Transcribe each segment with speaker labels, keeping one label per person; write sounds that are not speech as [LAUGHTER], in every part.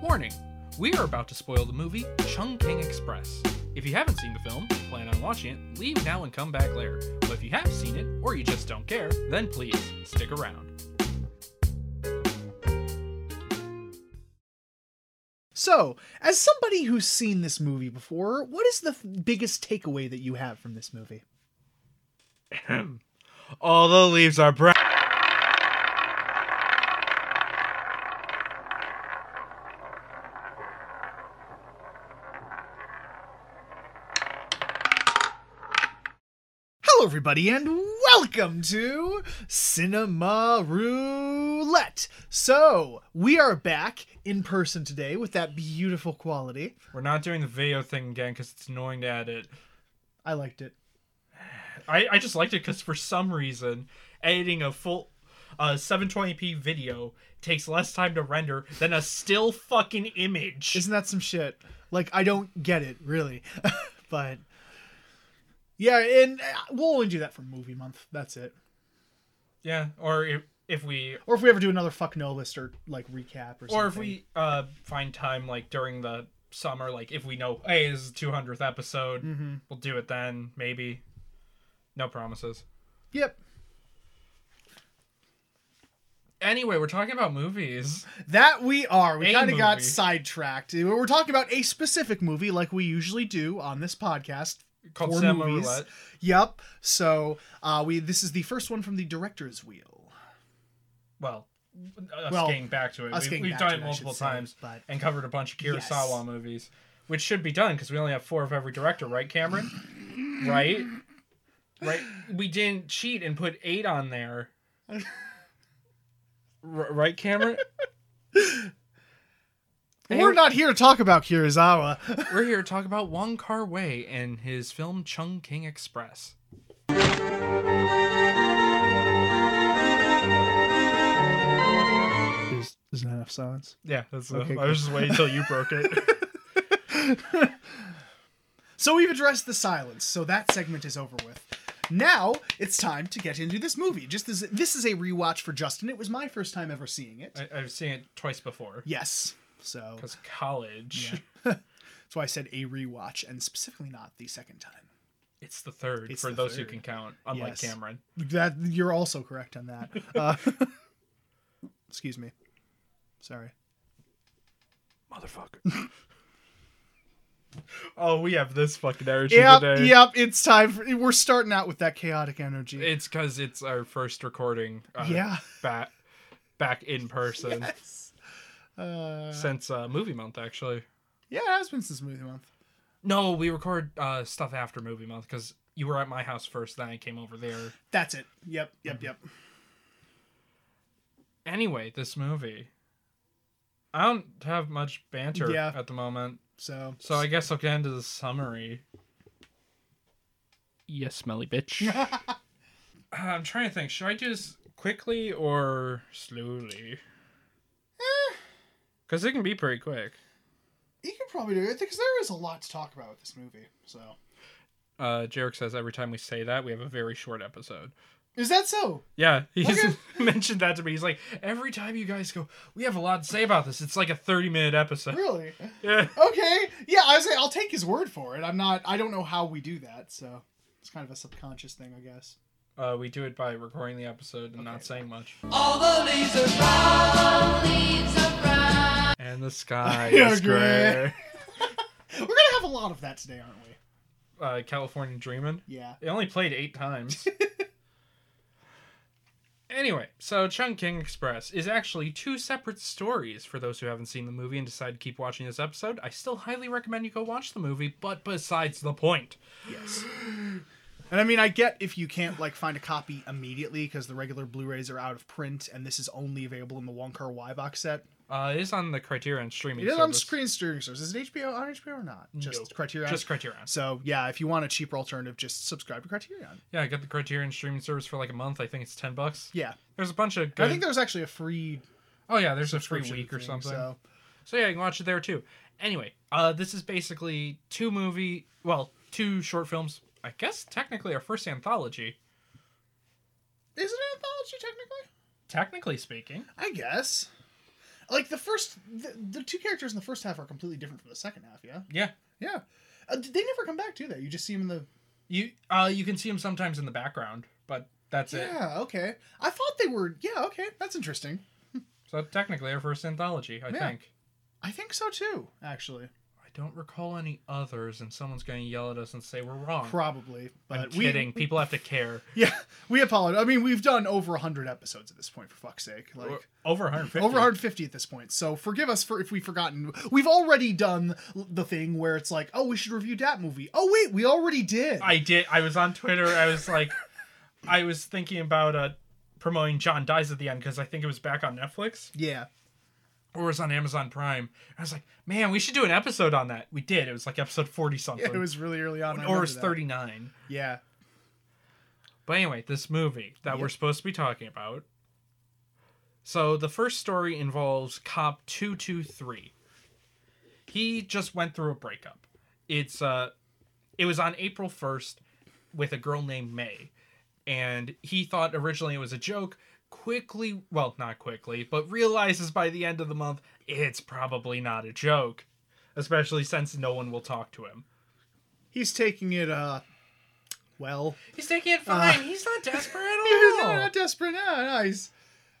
Speaker 1: Warning! We are about to spoil the movie Chungking Express. If you haven't seen the film, plan on watching it, leave now and come back later. But if you have seen it, or you just don't care, then please stick around.
Speaker 2: So, as somebody who's seen this movie before, what is the f- biggest takeaway that you have from this movie?
Speaker 1: All the leaves are brown.
Speaker 2: Hello, everybody, and welcome to Cinema Roulette. So, we are back in person today with that beautiful quality.
Speaker 1: We're not doing the video thing again because it's annoying to edit.
Speaker 2: I liked it.
Speaker 1: I, I just liked it because for some reason, editing a full uh, 720p video takes less time to render than a still fucking image.
Speaker 2: Isn't that some shit? Like, I don't get it, really. [LAUGHS] but, yeah, and uh, we'll only do that for movie month. That's it.
Speaker 1: yeah, or if, if we
Speaker 2: Or if we ever do another fuck no list or, like, recap or something.
Speaker 1: or if we uh find time like during the summer like if we know hey this is the 200th episode
Speaker 2: Mm-hmm.
Speaker 1: we'll do it then maybe no promises
Speaker 2: Yep.
Speaker 1: anyway we're talking about
Speaker 2: [LAUGHS]
Speaker 1: movies
Speaker 2: That we are.
Speaker 1: A
Speaker 2: We kind of got
Speaker 1: movie.
Speaker 2: sidetracked. We We're talking about a specific movie like we usually do on this podcast.
Speaker 1: called
Speaker 2: for
Speaker 1: cinema
Speaker 2: movies.
Speaker 1: roulette
Speaker 2: Yep. So uh, we this is the first one from the director's wheel.
Speaker 1: well us
Speaker 2: Well,
Speaker 1: getting back to it
Speaker 2: us
Speaker 1: we,
Speaker 2: getting
Speaker 1: we've
Speaker 2: back
Speaker 1: done
Speaker 2: to
Speaker 1: it
Speaker 2: it, I
Speaker 1: multiple
Speaker 2: should say,
Speaker 1: times
Speaker 2: but-
Speaker 1: and covered a bunch of kurosawa
Speaker 2: Yes.
Speaker 1: movies which should be done because we only have four of every director right cameron right right we didn't cheat and put eight on
Speaker 2: [LAUGHS]
Speaker 1: there R- right cameron Hey,
Speaker 2: We're not here to talk about
Speaker 1: [LAUGHS]
Speaker 2: Kurosawa.
Speaker 1: We're here to talk about Wong Kar Wai and his film Chung King Express.
Speaker 2: There's, there's not enough silence.
Speaker 1: Yeah, that's
Speaker 2: Okay,
Speaker 1: I was just waiting until you broke it.
Speaker 2: [LAUGHS] So we've addressed the silence, so that segment is over with. Now it's time to get into this movie. Just as this is a rewatch for Justin, it was my first time ever seeing it.
Speaker 1: I, I've seen it twice before
Speaker 2: yes. So
Speaker 1: because college.
Speaker 2: that's why I said a rewatch, and specifically not the second time.
Speaker 1: It's the third
Speaker 2: It's
Speaker 1: for
Speaker 2: the
Speaker 1: those who
Speaker 2: third.
Speaker 1: can count, unlike
Speaker 2: Yes.
Speaker 1: Cameron.
Speaker 2: That you're also correct on that. Uh, [LAUGHS] excuse me. Sorry.
Speaker 1: Motherfucker. [LAUGHS] oh, we have this fucking energy
Speaker 2: Yep,
Speaker 1: today.
Speaker 2: yep. It's time. For, we're starting out with that chaotic energy.
Speaker 1: It's because it's our first recording. Uh,
Speaker 2: yeah.
Speaker 1: Back, back in person
Speaker 2: Yes. [LAUGHS] Uh,
Speaker 1: since uh, movie month actually.
Speaker 2: yeah, it has been since movie month.
Speaker 1: No, we record uh, stuff after movie month because you were at my house first, then I came over there.
Speaker 2: That's it. Yep, yep, yep.
Speaker 1: anyway, this movie. I don't have much banter
Speaker 2: Yeah.
Speaker 1: at the moment,
Speaker 2: So,
Speaker 1: so I guess I'll get into the summary. Yes, smelly
Speaker 2: [LAUGHS]
Speaker 1: bitch. Uh, I'm trying to think. Should I do this quickly or slowly?
Speaker 2: Eh.
Speaker 1: Because it can be pretty quick.
Speaker 2: you can probably do it because there is a lot to talk about with this movie. So,
Speaker 1: Uh, Jarek says every time we say that, we have a very short episode.
Speaker 2: is that so?
Speaker 1: Yeah, he's
Speaker 2: Okay.
Speaker 1: [LAUGHS] mentioned that to me. He's like, every time you guys go, we have a lot to say about this. It's like a 30 minute
Speaker 2: [LAUGHS]
Speaker 1: episode.
Speaker 2: Really?
Speaker 1: Yeah.
Speaker 2: Okay. Yeah, I was. I'll take his word for it. I'm not. I don't know how we do that. So, it's kind of a subconscious thing, I guess.
Speaker 1: Uh, we do it by recording the episode and not
Speaker 2: Okay.
Speaker 1: saying
Speaker 2: [LAUGHS]
Speaker 1: much.
Speaker 3: All the leaves are brown. leaves are brown.
Speaker 1: And the
Speaker 2: [LAUGHS]
Speaker 1: sky
Speaker 2: I
Speaker 1: is
Speaker 2: agree.
Speaker 1: gray.
Speaker 2: We're gonna have a lot of that today, aren't we?
Speaker 1: Uh, California Dreamin'.
Speaker 2: Yeah.
Speaker 1: It only played eight
Speaker 2: [LAUGHS]
Speaker 1: times. anyway, so Chung King Express is actually two separate stories. For those who haven't seen the movie and decide to keep watching this episode, I still highly recommend you go watch the movie, but besides the point.
Speaker 2: Yes. And I mean, I get if you can't like find a copy immediately because the regular Blu-rays are out of print, and this is only available in the Wong Kar Wai box set.
Speaker 1: Uh, it is on the Criterion streaming
Speaker 2: It is on
Speaker 1: service.
Speaker 2: screen streaming service. Is it HBO on HBO or not? Just
Speaker 1: No.
Speaker 2: Criterion.
Speaker 1: Just Criterion.
Speaker 2: so yeah, if you want a cheaper alternative, just subscribe to Criterion.
Speaker 1: Yeah, I got the Criterion streaming service for like a month. I think it's 10 bucks.
Speaker 2: Yeah,
Speaker 1: There's a bunch of good...
Speaker 2: I think there was actually a free
Speaker 1: oh, yeah, there's a free
Speaker 2: subscription
Speaker 1: week or
Speaker 2: thing,
Speaker 1: something.
Speaker 2: So
Speaker 1: So yeah, you can watch it there too. Anyway, uh, this is basically two movie, well, two short films. I guess technically our first anthology,
Speaker 2: is it an anthology technically?
Speaker 1: technically speaking.
Speaker 2: I guess. Like the first, the, the two characters in the first half are completely different from the second half. Yeah,
Speaker 1: Yeah.
Speaker 2: yeah. Uh, did they never come back to that? You just see them in the.
Speaker 1: You uh you can see him sometimes in the background, but that's it.
Speaker 2: Yeah. Okay. I thought they were. Yeah. Okay. That's interesting.
Speaker 1: So technically our first anthology, I
Speaker 2: Yeah.
Speaker 1: think.
Speaker 2: I think so too. Actually,
Speaker 1: I don't recall any others and someone's going to yell at us and say we're wrong.
Speaker 2: probably. But
Speaker 1: I'm
Speaker 2: we,
Speaker 1: kidding. People have to care.
Speaker 2: [LAUGHS] Yeah. We apologize. I mean, we've done over hundred episodes at this point. For fuck's sake. Like.
Speaker 1: over 150.
Speaker 2: Over 150 at this point, so forgive us for if we've forgotten. We've already done l- the thing where it's like, oh, we should review that movie. Oh wait, we already did.
Speaker 1: I did. I was on Twitter. I was
Speaker 2: [LAUGHS]
Speaker 1: like, I was thinking about uh, promoting John Dies at the end because I think it was back on Netflix
Speaker 2: yeah, [LAUGHS]
Speaker 1: or it was on Amazon Prime. I was like, man, we should do an episode on that. We did. It was like episode 40 something.
Speaker 2: it was really early on.
Speaker 1: or it
Speaker 2: I remember
Speaker 1: was
Speaker 2: that.
Speaker 1: 39.
Speaker 2: Yeah,
Speaker 1: But anyway, this movie that we're
Speaker 2: Yep.
Speaker 1: supposed to be talking about. So the first story involves cop 223. He just went through a breakup. It's uh it was on April 1st with a girl named May. And he thought originally it was a joke, quickly, well, not quickly, but realizes by the end of the month it's probably not a joke, especially since no one will talk to him.
Speaker 2: he's taking it. Uh, well,
Speaker 1: He's taking it fine. He's not desperate [LAUGHS]
Speaker 2: He's
Speaker 1: at all.
Speaker 2: not, not desperate. No, no, he's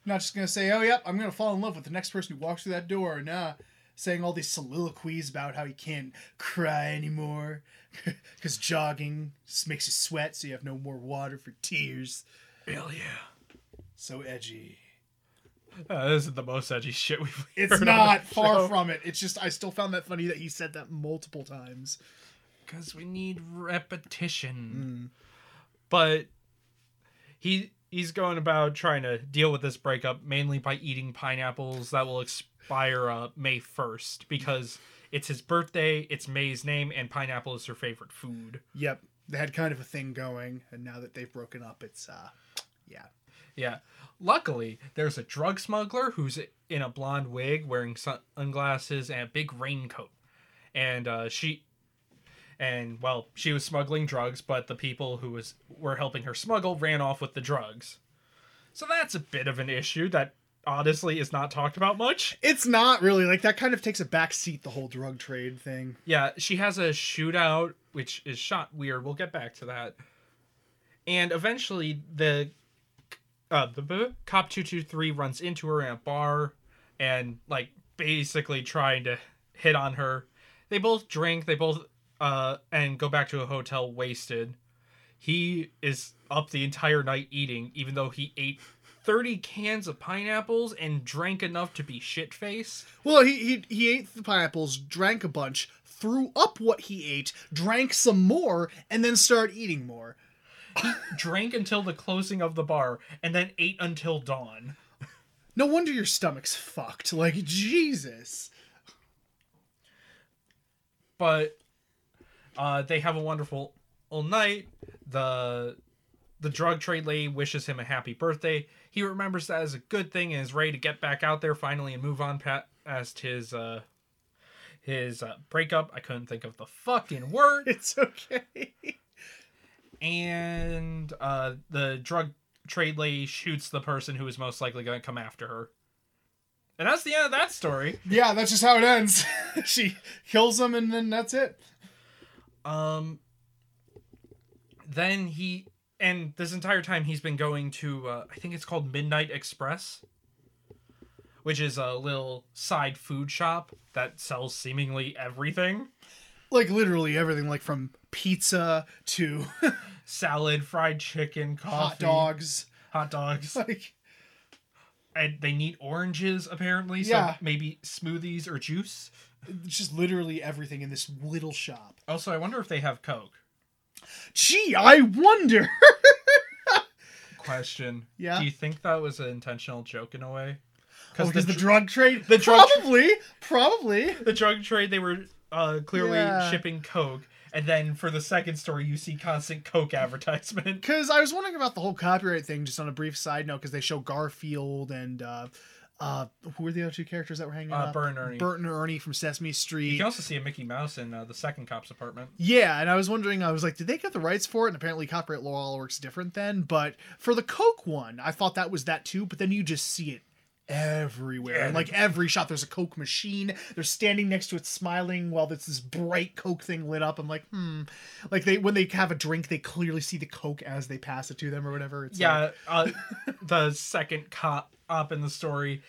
Speaker 2: not just gonna say, "Oh, yep, I'm gonna fall in love with the next person who walks through that door." Nah, saying all these soliloquies about how he can't cry anymore [LAUGHS] because jogging just makes you sweat, so you have no more water for tears.
Speaker 1: Hell yeah.
Speaker 2: So edgy.
Speaker 1: Uh, this is the most edgy shit we've [LAUGHS]
Speaker 2: It's not far from it. It's just I still found that funny that he said that multiple times.
Speaker 1: because we need repetition.
Speaker 2: Hmm.
Speaker 1: But he he's going about trying to deal with this breakup mainly by eating pineapples that will expire uh, May first because it's his birthday, it's May's name, and pineapple is her favorite food.
Speaker 2: Yep, they had kind of a thing going, and now that they've broken up, it's uh, yeah.
Speaker 1: Yeah. Luckily, there's a drug smuggler who's in a blonde wig, wearing sun- sunglasses and a big raincoat. And uh, she, and well, she was smuggling drugs, but the people who was were helping her smuggle ran off with the drugs. So that's a bit of an issue that honestly is not talked about much.
Speaker 2: It's not really like that. Kind of takes a back seat the whole drug trade thing.
Speaker 1: Yeah, she has a shootout, which is shot weird. We'll get back to that. And eventually, the uh, the b- cop two two three runs into her in a bar, and like basically trying to hit on her. They both drink. They both uh and go back to a hotel wasted. He is up the entire night eating, even though he ate thirty cans of pineapples and drank enough to be shit faced.
Speaker 2: Well, he he he ate the pineapples, drank a bunch, threw up what he ate, drank some more, and then started eating more.
Speaker 1: drank until the closing of the bar and then ate until dawn.
Speaker 2: No wonder your stomach's fucked. Like Jesus. [LAUGHS]
Speaker 1: But uh, they have a wonderful all night. The the drug trade lady wishes him a happy birthday. He remembers that as a good thing and is ready to get back out there finally and move on pa- past his uh, his uh, breakup. I couldn't think of the fucking word.
Speaker 2: [LAUGHS] It's okay.
Speaker 1: and uh, the drug trade lady shoots the person who is most likely going to come after her. And that's the end of that story.
Speaker 2: yeah, that's just how it ends. [LAUGHS] she kills him, and then that's it.
Speaker 1: Um, then he and this entire time he's been going to uh, I think it's called Midnight Express, which is a little side food shop that sells seemingly everything:
Speaker 2: Like literally everything, like from pizza to [LAUGHS]
Speaker 1: salad, fried chicken, coffee,
Speaker 2: hot dogs. [LAUGHS]
Speaker 1: hot dogs.
Speaker 2: Like
Speaker 1: And they need oranges apparently, so
Speaker 2: Yeah.
Speaker 1: maybe smoothies or juice.
Speaker 2: just literally everything in this little shop.
Speaker 1: Also, I wonder if they have Coke.
Speaker 2: Gee, I wonder. [LAUGHS]
Speaker 1: Question:
Speaker 2: Yeah.
Speaker 1: Do you think that was an intentional joke in a way?
Speaker 2: Because
Speaker 1: the
Speaker 2: the,
Speaker 1: dr-
Speaker 2: drug trade,
Speaker 1: the drug tra-
Speaker 2: probably, probably.
Speaker 1: the drug trade they were uh, clearly
Speaker 2: Yeah.
Speaker 1: shipping coke and then for the second story you see constant coke [LAUGHS] advertisement
Speaker 2: Because I was wondering about the whole copyright thing, just on a brief side note, because they show Garfield and uh, uh, who were the other two characters that were hanging
Speaker 1: Uh,
Speaker 2: out?
Speaker 1: Bert and Ernie.
Speaker 2: Bert and Ernie from Sesame
Speaker 1: you
Speaker 2: Street.
Speaker 1: can also see a mickey mouse in uh, the second cop's apartment
Speaker 2: Yeah, and I was wondering, I was like, did they get the rights for it? And apparently copyright law works different then. But for the Coke one, I thought that was that too, but then you just see it everywhere. And like every shot, there's a Coke machine. They're standing next to it, smiling while there's this bright Coke thing lit up. I'm like, hmm. Like they when they have a drink, they clearly see the Coke as they pass it to them or whatever. It's like-
Speaker 1: Yeah, [LAUGHS] uh, the second cop up in the story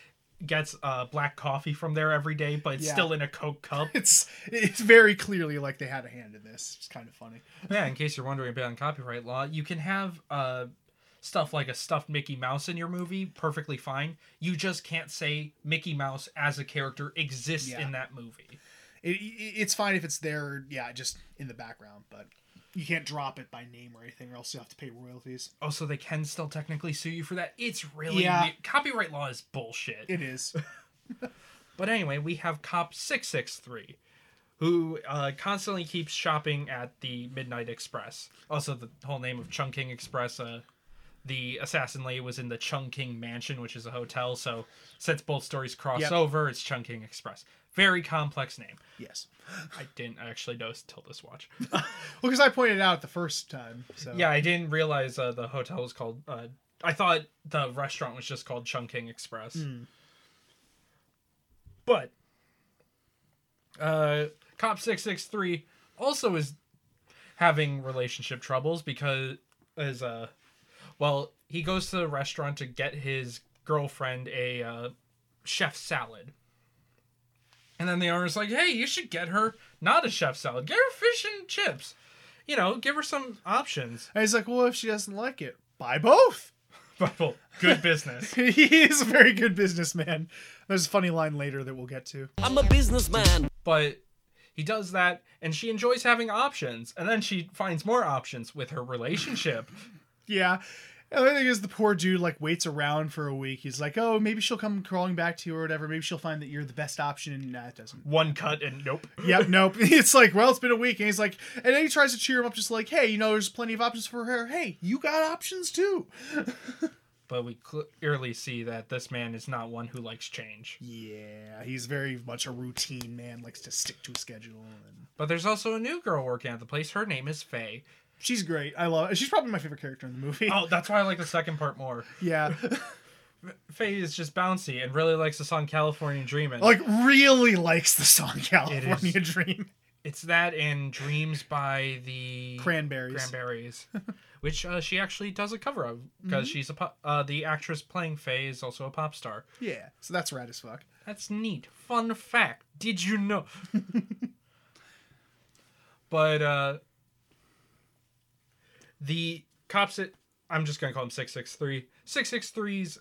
Speaker 1: gets uh, black coffee from there every day, but it's
Speaker 2: Yeah.
Speaker 1: still in a Coke cup.
Speaker 2: it's it's very clearly like they had a hand in this. It's kind of funny.
Speaker 1: [LAUGHS] yeah, in case you're wondering about copyright law, you can have uh, stuff like a stuffed Mickey Mouse in your movie, perfectly fine. You just can't say Mickey Mouse as a character exists
Speaker 2: Yeah.
Speaker 1: in that movie.
Speaker 2: It, it- it's fine if it's there, yeah, just in the background, but you can't drop it by name or anything, or else you have to pay royalties.
Speaker 1: Also, Oh, they can still technically sue you for that. It's really
Speaker 2: Yeah.
Speaker 1: weird. copyright law is bullshit.
Speaker 2: It is.
Speaker 1: But anyway, we have Cop 663, who uh, constantly keeps shopping at the Midnight Express. Also, the whole name of Chungking Express. Uh, the assassin lady was in the Chungking Mansion, which is a hotel. So since both stories cross
Speaker 2: Yep.
Speaker 1: over, it's Chungking Express. Very complex name.
Speaker 2: yes.
Speaker 1: I didn't actually notice till this watch.
Speaker 2: Well, because I pointed it out the first time. So
Speaker 1: yeah, I didn't realize uh, the hotel was called. Uh, I thought the restaurant was just called Chungking Express. But uh, Cop Six Six Three also is having relationship troubles because as uh, well he goes to the restaurant to get his girlfriend a uh, chef salad. And then the owner's like, "Hey, you should get her not a chef salad. Get her fish and chips. You know, give her some options."
Speaker 2: And he's like, well, if she doesn't like it, buy both. [LAUGHS]
Speaker 1: But well, good business.
Speaker 2: he is a very good businessman. There's a funny line later that we'll get to.
Speaker 4: I'm a businessman.
Speaker 1: [LAUGHS] but he does that, and she enjoys having options. And then she finds more options with her relationship.
Speaker 2: Yeah. And the thing is, the poor dude like waits around for a week. He's like, oh, maybe she'll come crawling back to you or whatever. Maybe she'll find that you're the best option. Nah, it
Speaker 1: [LAUGHS]
Speaker 2: doesn't.
Speaker 1: One cut and nope.
Speaker 2: yep, nope. [LAUGHS] It's like, well, it's been a week, and he's like, and then he tries to cheer him up, just like, hey, you know, there's plenty of options for her. Hey, you got options too.
Speaker 1: But we clearly see that this man is not one who likes change.
Speaker 2: Yeah, he's very much a routine man, likes to stick to a schedule. And
Speaker 1: But there's also a new girl working at the place. Her name is Faye.
Speaker 2: she's great. I love. She's probably my favorite character in the movie.
Speaker 1: Oh, that's why I like the second part more.
Speaker 2: [LAUGHS] Yeah,
Speaker 1: Faye is just bouncy and really likes the song California Dreamin'.
Speaker 2: like really likes the song California
Speaker 1: is.
Speaker 2: Dream.
Speaker 1: It's that and Dreams by the
Speaker 2: Cranberries.
Speaker 1: Cranberries, [LAUGHS] which uh, she actually does a cover of because she's a pop, uh, the actress playing Faye is also a pop star.
Speaker 2: Yeah, so that's rad as fuck.
Speaker 1: That's neat. Fun fact. Did you know? but uh the cops at I'm just gonna call him 663. 663's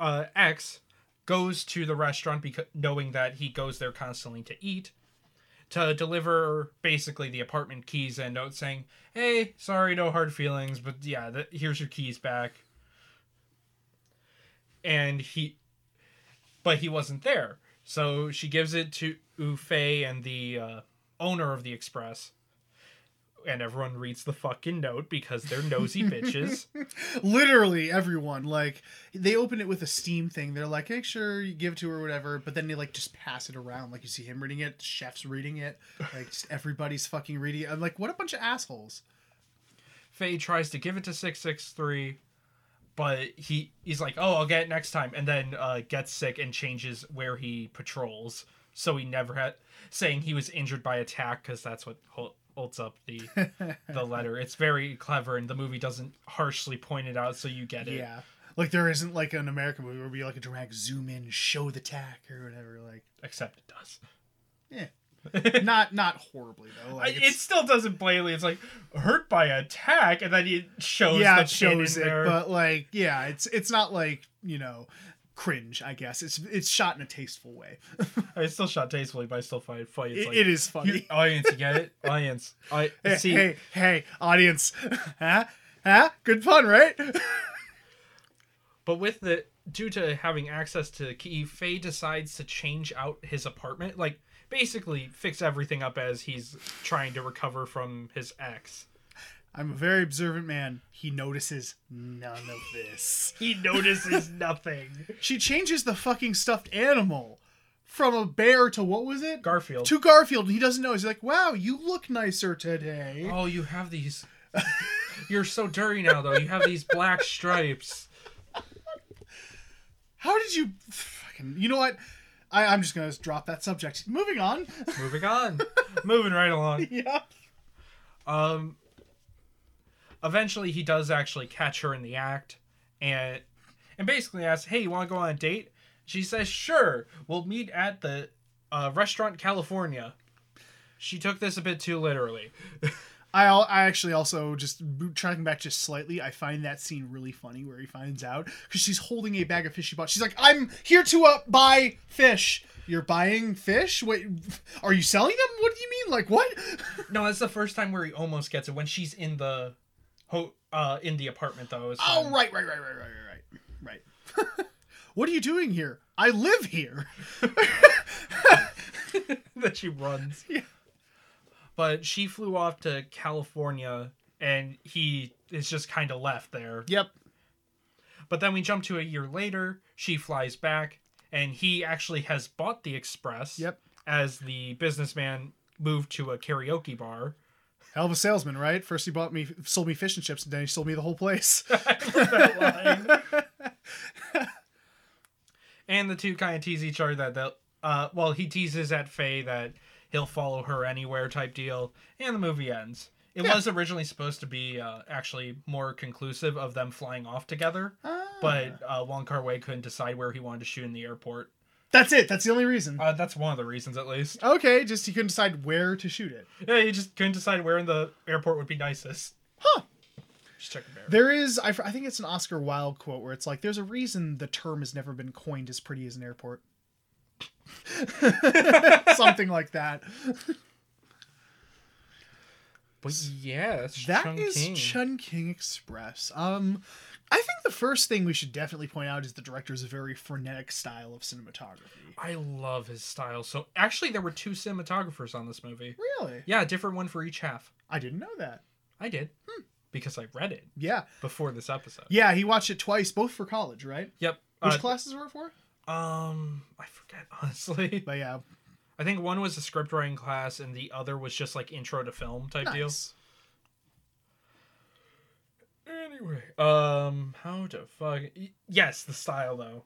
Speaker 1: uh ex goes to the restaurant because knowing that he goes there constantly to eat to deliver basically the apartment keys and note saying, "Hey, sorry, no hard feelings, but yeah, th- here's your keys back." And he but he wasn't there. So she gives it to Fei and the uh, owner of the express. And everyone reads the fucking note because they're nosy bitches.
Speaker 2: Literally everyone like they open it with a steam thing. They're like, hey, sure, you give it to her, or whatever. But then they like just pass it around. Like you see him reading it, chefs reading it, like
Speaker 1: [LAUGHS]
Speaker 2: just everybody's fucking reading it. I'm like, what a bunch of assholes.
Speaker 1: Faye tries to give it to 663, but he he's like, "Oh, I'll get it next time." And then uh, gets sick and changes where he patrols, so he never had saying he was injured by attack because that's what hol- holds up the the letter. It's very clever, and the movie doesn't harshly point it out, so you get it.
Speaker 2: Yeah. Like there isn't like an American movie where we like a dramatic zoom in, show the tack or whatever. Like,
Speaker 1: [LAUGHS] Except it does.
Speaker 2: not not horribly though. Like,
Speaker 1: it still doesn't blatantly. It's like hurt by attack, and then it shows.
Speaker 2: yeah,
Speaker 1: the
Speaker 2: it shows
Speaker 1: pin in
Speaker 2: it,
Speaker 1: there.
Speaker 2: but like yeah, it's it's not like you know cringe. I guess it's it's shot in a tasteful way.
Speaker 1: I mean, it's still shot tastefully, but I still find it funny. It's
Speaker 2: It-
Speaker 1: like,
Speaker 2: it is funny.
Speaker 1: you- [LAUGHS] audience, you get
Speaker 2: [LAUGHS]
Speaker 1: it, audience. I
Speaker 2: Hey,
Speaker 1: see.
Speaker 2: hey, hey, audience, [LAUGHS] huh? Huh? Good pun, right? [LAUGHS]
Speaker 1: But with the due to having access to the key, Faye decides to change out his apartment, like basically fix everything up as he's trying to recover from his ex.
Speaker 2: I'm a very observant man. He notices none of this.
Speaker 1: He [LAUGHS] notices nothing.
Speaker 2: She changes the fucking stuffed animal from a bear to what was it?
Speaker 1: Garfield.
Speaker 2: To Garfield, and he doesn't know. He's like, "Wow, you look nicer today."
Speaker 1: Oh, you have
Speaker 2: [LAUGHS]
Speaker 1: these. You're so dirty now, though. You have these black stripes.
Speaker 2: How did you fucking you know what? I, I'm just gonna drop that subject. Moving on. [LAUGHS]
Speaker 1: Moving on. Moving right along.
Speaker 2: yeah.
Speaker 1: Um, eventually, he does actually catch her in the act, and and basically asks, "Hey, you want to go on a date?" She says, "Sure, we'll meet at the uh, restaurant California." She took this a bit too literally.
Speaker 2: I al- I actually also just boot- tracking back just slightly. I find that scene really funny where he finds out because she's holding a bag of fish she bought. She's like, "I'm here to uh, buy fish." You're buying fish? Wait, [LAUGHS] are you selling them? What do you mean? Like what? [LAUGHS]
Speaker 1: No, that's the first time where he almost gets it when she's in the, ho- uh, in the apartment though. Is
Speaker 2: Oh
Speaker 1: when-
Speaker 2: right, right, right, right, right, right, right, right. [LAUGHS] what are you doing here? I live here.
Speaker 1: [LAUGHS]
Speaker 2: [LAUGHS]
Speaker 1: that she runs.
Speaker 2: [LAUGHS] Yeah.
Speaker 1: But she flew off to California, and he is just kind of left there.
Speaker 2: Yep.
Speaker 1: But then we jump to a year later. She flies back, and he actually has bought the Express.
Speaker 2: Yep.
Speaker 1: As the businessman moved to a karaoke bar.
Speaker 2: Hell of a salesman, right? First he bought me, sold me fish and chips, and then he sold me the whole place. [LAUGHS]
Speaker 1: And the two kind of tease each other that they'll. Uh, well, he teases at Faye that he'll follow her anywhere type deal, and the movie ends. It
Speaker 2: Yeah.
Speaker 1: was originally supposed to be uh, actually more conclusive of them flying off together,
Speaker 2: Ah.
Speaker 1: but uh, Wong Kar Wai couldn't decide where he wanted to shoot in the airport.
Speaker 2: that's it. That's the only reason.
Speaker 1: Uh, that's one of the reasons, at least.
Speaker 2: Okay, just he couldn't decide where to shoot it.
Speaker 1: Yeah, you just couldn't decide where in the airport would be nicest.
Speaker 2: Huh.
Speaker 1: Just checking there.
Speaker 2: There is, I, f- I think it's an Oscar Wilde quote where it's like, "There's a reason the term has never been coined as pretty as an airport." [LAUGHS] Something like that.
Speaker 1: But yeah, that's
Speaker 2: That is Chun King Express. Um, I think the first thing we should definitely point out is the director's very frenetic style of cinematography.
Speaker 1: I love his style. So actually, there were two cinematographers on this movie.
Speaker 2: Really,
Speaker 1: Yeah, a different one for each half.
Speaker 2: I didn't know that.
Speaker 1: I did
Speaker 2: Hmm.
Speaker 1: because I read it
Speaker 2: Yeah,
Speaker 1: before this episode.
Speaker 2: yeah, he watched it twice, both for college, right?
Speaker 1: Yep.
Speaker 2: Which
Speaker 1: Uh,
Speaker 2: classes were it for?
Speaker 1: um, I forget [LAUGHS] honestly.
Speaker 2: But yeah,
Speaker 1: I think one was a script writing class, and the other was just like intro to film type deal.
Speaker 2: nice.
Speaker 1: Anyway, um, how to fuck? Yes, the style though,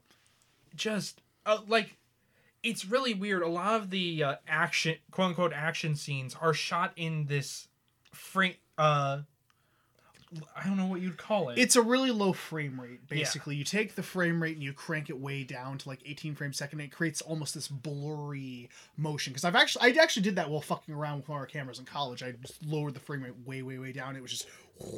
Speaker 1: just uh, like it's really weird. A lot of the uh, action, quote unquote, action scenes are shot in this frame. Uh, I don't know what you'd call it.
Speaker 2: It's a really low frame rate.
Speaker 1: Yeah.
Speaker 2: Basically, you take the frame rate and you crank it way down to like 18 frames a second. And it creates almost this blurry motion. Because I've actually, I actually did that while fucking around with one of our cameras in college. I just lowered the frame rate way, way, way down. It was just,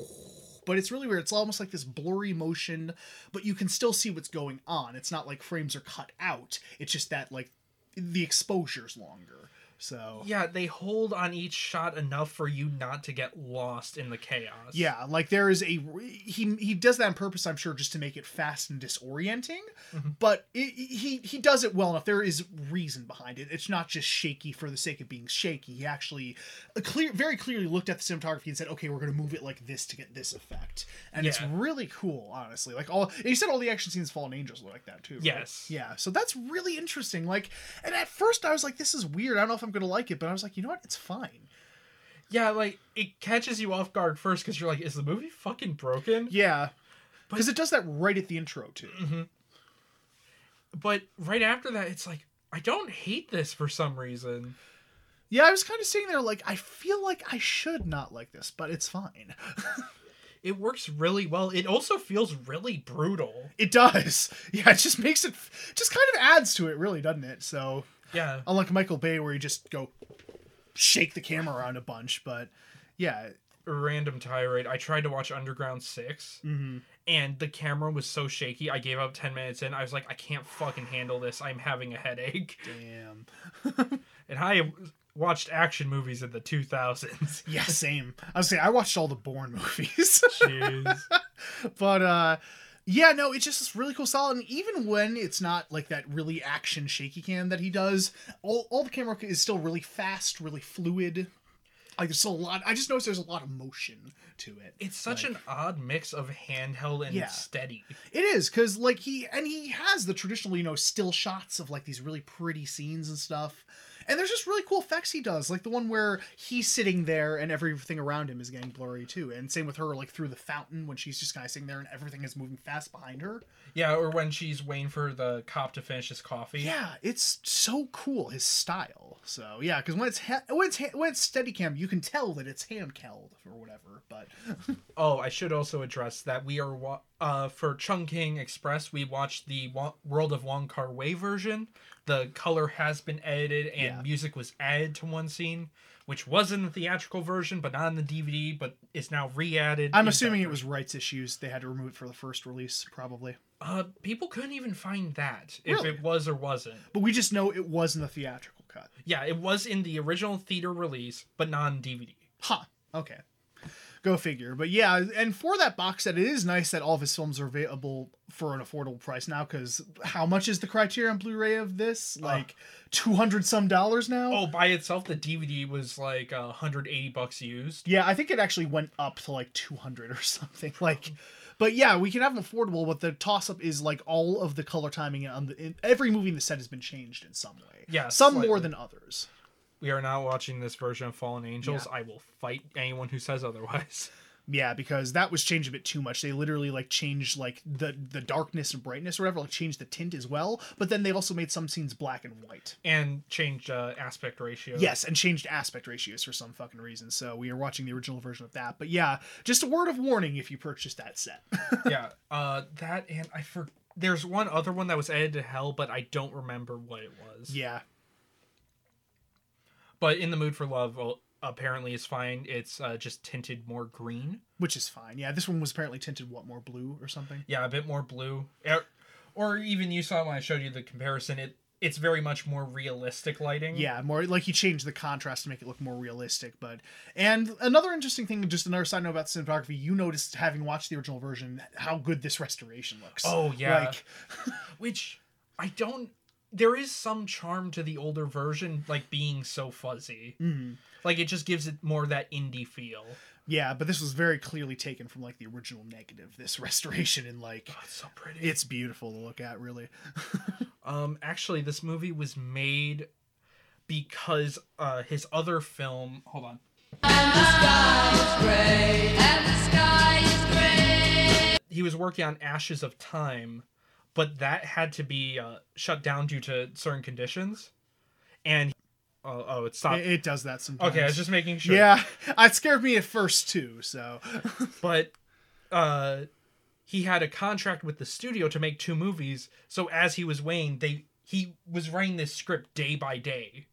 Speaker 2: [LAUGHS] but it's really weird. It's almost like this blurry motion, but you can still see what's going on. It's not like frames are cut out. It's just that like the exposure's longer. So
Speaker 1: yeah, they hold on each shot enough for you not to get lost in the chaos.
Speaker 2: Yeah, like there is a he he does that on purpose, I'm sure, just to make it fast and disorienting.
Speaker 1: Mhm.
Speaker 2: But it, he he does it well enough. There is reason behind it. It's not just shaky for the sake of being shaky. He actually uh, clear very clearly looked at the cinematography and said, "Okay, we're going to move it like this to get this effect." And it's
Speaker 1: Yeah.
Speaker 2: really cool, honestly. Like all and you said, all the action scenes, Fallen Angels look like that too. right?
Speaker 1: Yes.
Speaker 2: Yeah. So that's really interesting. Like, and at first I was like, "This is weird. I don't know if I'm going to like it," but I was like, "You know what? It's fine."
Speaker 1: yeah, like it catches you off guard first because you're like, is the movie fucking broken?
Speaker 2: Yeah. Because it does that right at the intro too.
Speaker 1: But right after that, it's like, I don't hate this for some reason.
Speaker 2: Yeah, I was kind of sitting there like, I feel like I should not like this, but it's fine. [LAUGHS]
Speaker 1: it works really well. It also feels really brutal.
Speaker 2: It does. [LAUGHS] Yeah, it just makes it, just kind of adds to it, really, doesn't it? So,
Speaker 1: Yeah.
Speaker 2: unlike Michael Bay, where you just go shake the camera around a bunch, but yeah,
Speaker 1: Random tirade. I tried to watch Underground 6 and the camera was so shaky. I gave up 10 minutes in. I was like, I can't fucking handle this. I'm having a [LAUGHS] headache.
Speaker 2: damn.
Speaker 1: And I watched action movies in the 2000s.
Speaker 2: Yeah, same. I was saying, I watched all the Bourne [LAUGHS] movies.
Speaker 1: [LAUGHS] Jeez.
Speaker 2: but uh yeah no it's just this really cool style and even when it's not like that really action shaky cam that he does all, all the camera is still really fast really fluid like there's still a lot i just noticed there's a lot of motion to it
Speaker 1: It's such an odd mix of handheld and
Speaker 2: Yeah.
Speaker 1: steady.
Speaker 2: it is because like he and he has the traditional you know still shots of like these really pretty scenes and stuff And there's just really cool effects he does, like the one where he's sitting there and everything around him is getting blurry too. And same with her, like through the fountain when she's just kind of sitting there and everything is moving fast behind her.
Speaker 1: Yeah, or when she's waiting for the cop to finish his coffee.
Speaker 2: Yeah, it's so cool his style. So yeah, because when it's ha- when it's ha- when it's Steadicam, you can tell that it's hand held or whatever. But
Speaker 1: Oh, I should also address that we are wa- uh for Chungking Express we watched the Wo- World of Wong Kar Wai version. The color has been edited and
Speaker 2: Yeah.
Speaker 1: music was added to one scene, which was in the theatrical version but not in the DVD, but is now re-added. in
Speaker 2: I'm
Speaker 1: that
Speaker 2: assuming it
Speaker 1: version.
Speaker 2: was rights issues. They had to remove it for the first release, probably.
Speaker 1: Uh, people couldn't even find that if
Speaker 2: Really?
Speaker 1: it was or wasn't.
Speaker 2: But we just know it was in the theatrical cut.
Speaker 1: Yeah, it was in the original theater release, but not on DVD.
Speaker 2: Huh. Okay. Go figure. But yeah, and for that box set, it is nice that all of his films are available for an affordable price now. Because how much is the Criterion Blu-ray of this? Like two hundred some dollars now.
Speaker 1: Oh, by itself, the DVD was like uh, 180 bucks used.
Speaker 2: Yeah, I think it actually went up to like 200 or [LAUGHS] something. Like, but yeah, we can have them affordable. But the toss up is like all of the color timing on the in, every movie in the set has been changed in some way.
Speaker 1: Yeah,
Speaker 2: some more
Speaker 1: slightly.
Speaker 2: than others.
Speaker 1: We are not watching this version of Fallen Angels. I will fight anyone who says otherwise. [LAUGHS]
Speaker 2: Yeah, because that was changed a bit too much. They literally like changed like the the darkness and brightness or whatever, like changed the tint as well. But then they also made some scenes black and white.
Speaker 1: And change uh, aspect ratio.
Speaker 2: Yes, and changed aspect ratios for some fucking reason. So we are watching the original version of that. But yeah, just a word of warning if you purchase that set.
Speaker 1: [LAUGHS]
Speaker 2: [LAUGHS]
Speaker 1: yeah. Uh, that and I for there's one other one that was added to Hell, but I don't remember what it was.
Speaker 2: yeah.
Speaker 1: But in the mood for love, well, apparently is fine. It's uh, just tinted more green.
Speaker 2: which is fine. Yeah, this one was apparently tinted what more blue or something.
Speaker 1: yeah a bit more blue Er- or even you saw when i showed you the comparison it it's very much more realistic lighting
Speaker 2: Yeah, more like he changed the contrast to make it look more realistic. But and another interesting thing, just another side note about cinematography, you noticed having watched the original version how good this restoration looks.
Speaker 1: Oh, yeah.
Speaker 2: like
Speaker 1: which i don't there is some charm to the older version like being so fuzzy
Speaker 2: mm-hmm.
Speaker 1: like it just gives it more that indie feel
Speaker 2: yeah, but this was very clearly taken from like the original negative. This [LAUGHS] restoration and like
Speaker 1: oh, it's so pretty
Speaker 2: it's beautiful to look at, really.
Speaker 1: um actually this movie was made because uh his other film hold on
Speaker 3: And the sky is gray.
Speaker 1: he was working on ashes of time but that had to be uh, shut down due to certain conditions and oh, oh it stopped
Speaker 2: It, it does that sometimes.
Speaker 1: Okay, I was just making sure.
Speaker 2: Yeah, [LAUGHS] it scared me at first too. So [LAUGHS]
Speaker 1: But uh he had a contract with the studio to make two movies, so as he was weighing, they he was writing this script day by day.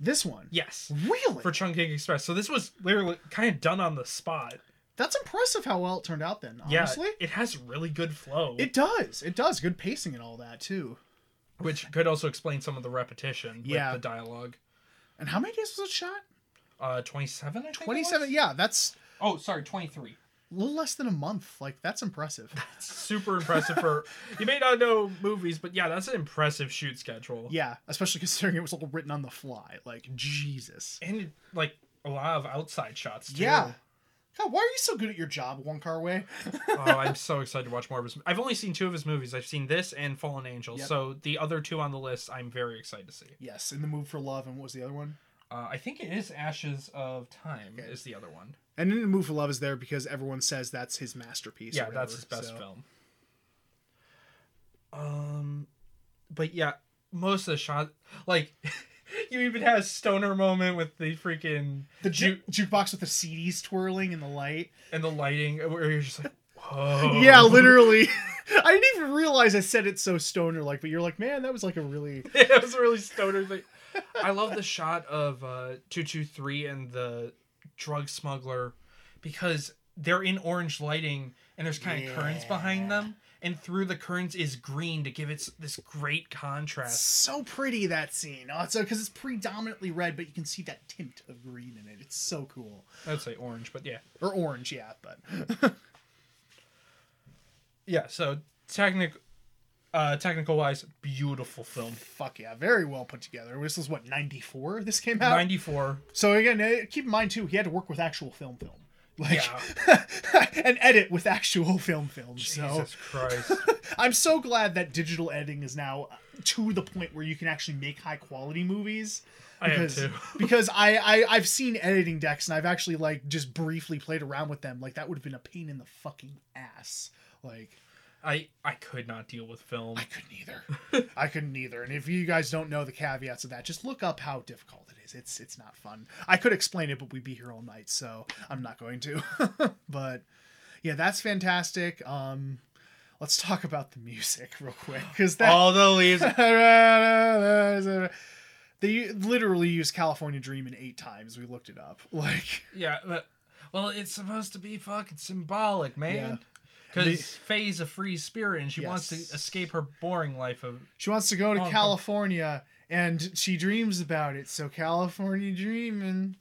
Speaker 2: this one,
Speaker 1: Yes.
Speaker 2: really,
Speaker 1: For Chungking Express. So this was literally kind of done on the spot.
Speaker 2: that's impressive how well it turned out. Then
Speaker 1: Yeah.
Speaker 2: honestly,
Speaker 1: It has really good flow.
Speaker 2: It does. It does. Good pacing and all that too.
Speaker 1: which could also explain some of the repetition
Speaker 2: Yeah.
Speaker 1: with the dialogue.
Speaker 2: And how many days was it shot?
Speaker 1: Uh twenty seven, I think. it
Speaker 2: Twenty seven.
Speaker 1: was?
Speaker 2: Yeah, that's
Speaker 1: Oh, sorry, twenty three.
Speaker 2: a little less than a month. Like that's impressive.
Speaker 1: Super impressive
Speaker 2: [LAUGHS]
Speaker 1: for you may not know movies, but yeah, that's an impressive shoot schedule.
Speaker 2: yeah, especially considering it was all written on the fly. Like Jesus.
Speaker 1: and like a lot of outside shots too.
Speaker 2: Yeah. God, why are you so good at your job, Wong Kar Wai? [LAUGHS]
Speaker 1: oh, I'm so excited to watch more of his. I've only seen two of his movies. I've seen this and Fallen Angels.
Speaker 2: Yep.
Speaker 1: So the other two on the list, I'm very excited to see.
Speaker 2: yes, in the mood for love, and what was the other one?
Speaker 1: Uh, I think it is Ashes of Time is the other one.
Speaker 2: And in the mood for love is there because everyone says that's his masterpiece. or
Speaker 1: yeah, that's
Speaker 2: whatever,
Speaker 1: his best
Speaker 2: so-
Speaker 1: film. Um, but yeah, most of the shot, like, [LAUGHS] you even had a stoner moment with the freaking
Speaker 2: The ju-
Speaker 1: ju-
Speaker 2: jukebox with the CDs twirling in the light.
Speaker 1: and the lighting, where you're just like, whoa,
Speaker 2: [LAUGHS] Yeah, literally. [LAUGHS] I didn't even realize I said it so stoner like, but you're like, man, that was like a really
Speaker 1: [LAUGHS] it was a really stoner thing. I love the shot of uh, 223 and the drug smuggler because they're in orange lighting and there's kind of curtains behind them. And through the curtains is green to give it s- this great contrast.
Speaker 2: so pretty that scene. Oh, so because it's predominantly red, but you can see that tint of green in it. It's so cool.
Speaker 1: I would say orange, but yeah.
Speaker 2: Or orange, yeah, but [LAUGHS]
Speaker 1: Yeah, so technic, uh, technical wise, beautiful [LAUGHS] film.
Speaker 2: fuck yeah, very well put together. This was what ninety four. This came out. uh,
Speaker 1: 94.
Speaker 2: So again, eh, keep in mind too, he had to work with actual film film. like [LAUGHS] and edit with actual film films. So
Speaker 1: Jesus Christ.
Speaker 2: I'm so glad that digital editing is now to the point where you can actually make high quality movies.
Speaker 1: I am
Speaker 2: because,
Speaker 1: too. [LAUGHS]
Speaker 2: because I, I I've seen editing decks and I've actually like just briefly played around with them. Like that would have been a pain in the fucking ass. Like
Speaker 1: I I could not deal with film.
Speaker 2: I couldn't
Speaker 1: [LAUGHS]
Speaker 2: either. I couldn't either. And if you guys don't know the caveats of that, just look up how difficult it is. It's it's not fun. I could explain it, but we'd be here all night, so I'm not going to. [LAUGHS] but yeah, that's fantastic. Um, let's talk about the music real quick because that
Speaker 1: All the leaves.
Speaker 2: they u- literally use California Dreamin' eight times. We looked it up. [LAUGHS] Like
Speaker 1: Yeah, but well, it's supposed to be fucking symbolic, man. Because
Speaker 2: The-
Speaker 1: Faye's a free spirit and she wants to
Speaker 2: Yes.
Speaker 1: escape her boring life of
Speaker 2: she wants to go to
Speaker 1: Oh, come-
Speaker 2: California and she dreams about it. So California Dreamin'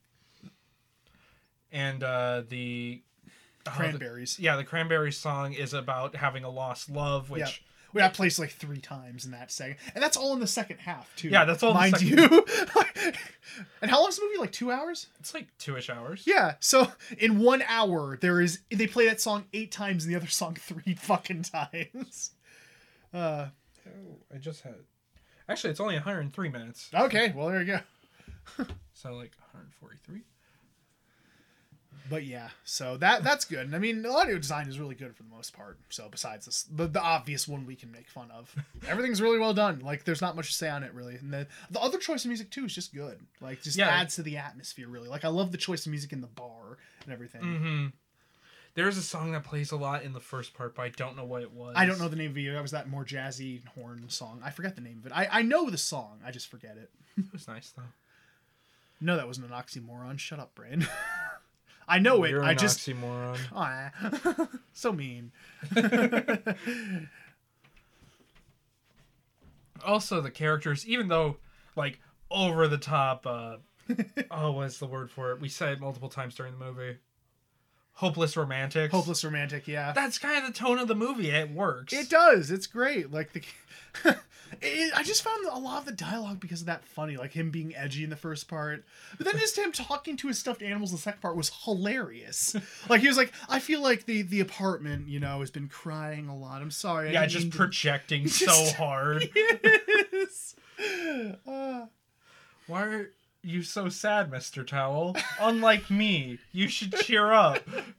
Speaker 1: and uh, the oh, the-
Speaker 2: cranberries.
Speaker 1: yeah, the cranberry song is about having a lost love, which.
Speaker 2: Yeah. We got placed like three times in that second, and that's all in the second half too.
Speaker 1: Yeah, that's all in the
Speaker 2: Mind
Speaker 1: second-
Speaker 2: [LAUGHS] you. and how long's the movie? Like two hours?
Speaker 1: It's like two-ish hours.
Speaker 2: Yeah. So in one hour, there is they play that song eight times and the other song three fucking [LAUGHS] times. Uh,
Speaker 1: Oh, I just had. Actually, it's only 103 minutes,
Speaker 2: okay. Well, there you go.
Speaker 1: so like 143.
Speaker 2: But yeah, so that that's good. And I mean, the audio design is really good for the most part. So besides this, the, the obvious one we can make
Speaker 1: [LAUGHS]
Speaker 2: fun of, everything's really well done. Like there's not much to say on it really. And the the other choice of music too is just good. Like just
Speaker 1: Yeah.
Speaker 2: adds to the atmosphere really. Like I love the choice of music in the bar and everything.
Speaker 1: Mm-hmm. There's a song that plays a lot in the first part, but I don't know what it was.
Speaker 2: I don't know the name of it. That was that more jazzy horn song. I forgot the name of it. I I know the song. I just forget it.
Speaker 1: It was nice though.
Speaker 2: No, that wasn't an oxymoron. Shut up, Brain. [LAUGHS] I know it.
Speaker 1: You're
Speaker 2: Oh, I
Speaker 1: an
Speaker 2: just
Speaker 1: oxymoron.
Speaker 2: Aw, [LAUGHS] so mean.
Speaker 1: also the characters, even though like over the top
Speaker 2: [LAUGHS]
Speaker 1: uh oh what's the word for it? We said it multiple times during the movie. Hopeless romantics.
Speaker 2: Hopeless romantic. Yeah.
Speaker 1: That's kind of the tone of the movie. It works.
Speaker 2: It does. It's great. Like the, [LAUGHS] it, I just found a lot of the dialogue because of that funny. Like him being edgy in the first part, but then just him talking to his stuffed animals in the second part was hilarious. Like he was like, "I feel like the the apartment, you know, has been crying a lot. I'm sorry." I
Speaker 1: Yeah,
Speaker 2: didn't
Speaker 1: just
Speaker 2: mean to-"
Speaker 1: projecting
Speaker 2: [LAUGHS]
Speaker 1: so
Speaker 2: Just-
Speaker 1: hard.
Speaker 2: Yes. [LAUGHS] Uh,
Speaker 1: Why are you so sad, Mr. Towel? Unlike me, you should cheer
Speaker 2: [LAUGHS]
Speaker 1: up.
Speaker 2: Yeah, again,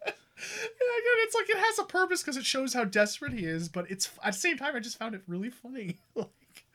Speaker 2: it's like it has a purpose because it shows how desperate he is, but it's at the same time I just found it really funny. [LAUGHS] like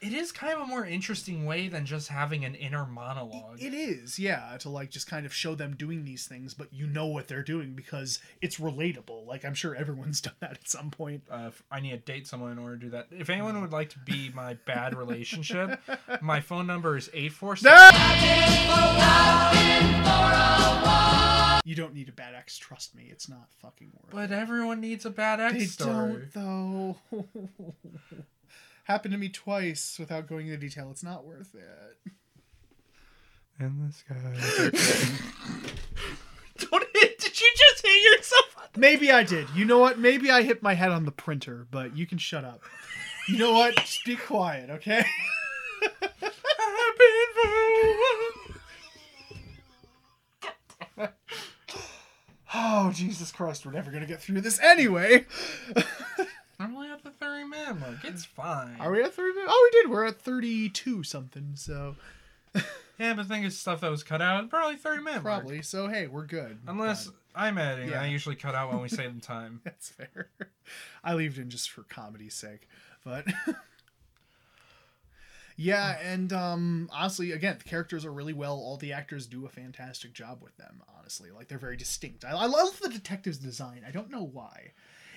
Speaker 1: It is kind of a more interesting way than just having an inner monologue.
Speaker 2: It is, yeah, to like just kind of show them doing these things, but you know what they're doing because it's relatable. Like I'm sure everyone's [LAUGHS] done that at some point.
Speaker 1: uh, if I need to date someone in order to do that. If anyone would like to be my bad relationship, my phone number is 846.
Speaker 2: You don't need a bad ex, trust me. It's not fucking worth it.
Speaker 1: But everyone needs a bad ex
Speaker 2: They
Speaker 1: story.
Speaker 2: don't though. [LAUGHS] Happened to me twice without going into detail. It's not worth it.
Speaker 1: And this guy. [LAUGHS] don't hit. Did you just hit yourself?
Speaker 2: Maybe I did. You know what? Maybe I hit my head on the printer, but you can shut up. You know what? Just be quiet, okay? [LAUGHS] Oh, Jesus Christ, we're never gonna get through this anyway.
Speaker 1: I'm only at the 30 minute mark. It's fine.
Speaker 2: Are we at 30? Oh, we did. We're at 32 something, so
Speaker 1: Yeah, but think of stuff that was cut out. Probably 30 minutes.
Speaker 2: probably. So, hey, we're good.
Speaker 1: Unless
Speaker 2: Done.
Speaker 1: I'm editing,
Speaker 2: Yeah.
Speaker 1: I usually cut out when we save the
Speaker 2: [LAUGHS]
Speaker 1: time.
Speaker 2: that's fair. I leaved in just for comedy's sake, but [LAUGHS] yeah,
Speaker 1: Mm.
Speaker 2: and um, honestly, again, the characters are really well. All the actors do a fantastic job with them. Honestly, like they're very distinct. I, I love the detective's design. I don't know why.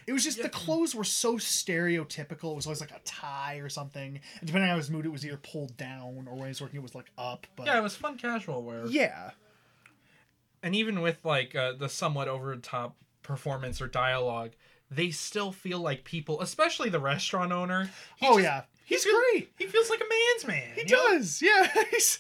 Speaker 2: It was just the clothes were so stereotypical. It was always like a tie or something. And depending on his mood, it was either pulled down or when he was working, it was like up. But
Speaker 1: Yeah, it was fun casual wear.
Speaker 2: yeah,
Speaker 1: and even with like uh, the somewhat over the top performance or dialogue they still feel like people especially the restaurant owner he
Speaker 2: oh
Speaker 1: just-
Speaker 2: yeah, he's
Speaker 1: feel-
Speaker 2: great.
Speaker 1: he feels like a man's man
Speaker 2: He
Speaker 1: you know?
Speaker 2: does, yeah. [LAUGHS] He's,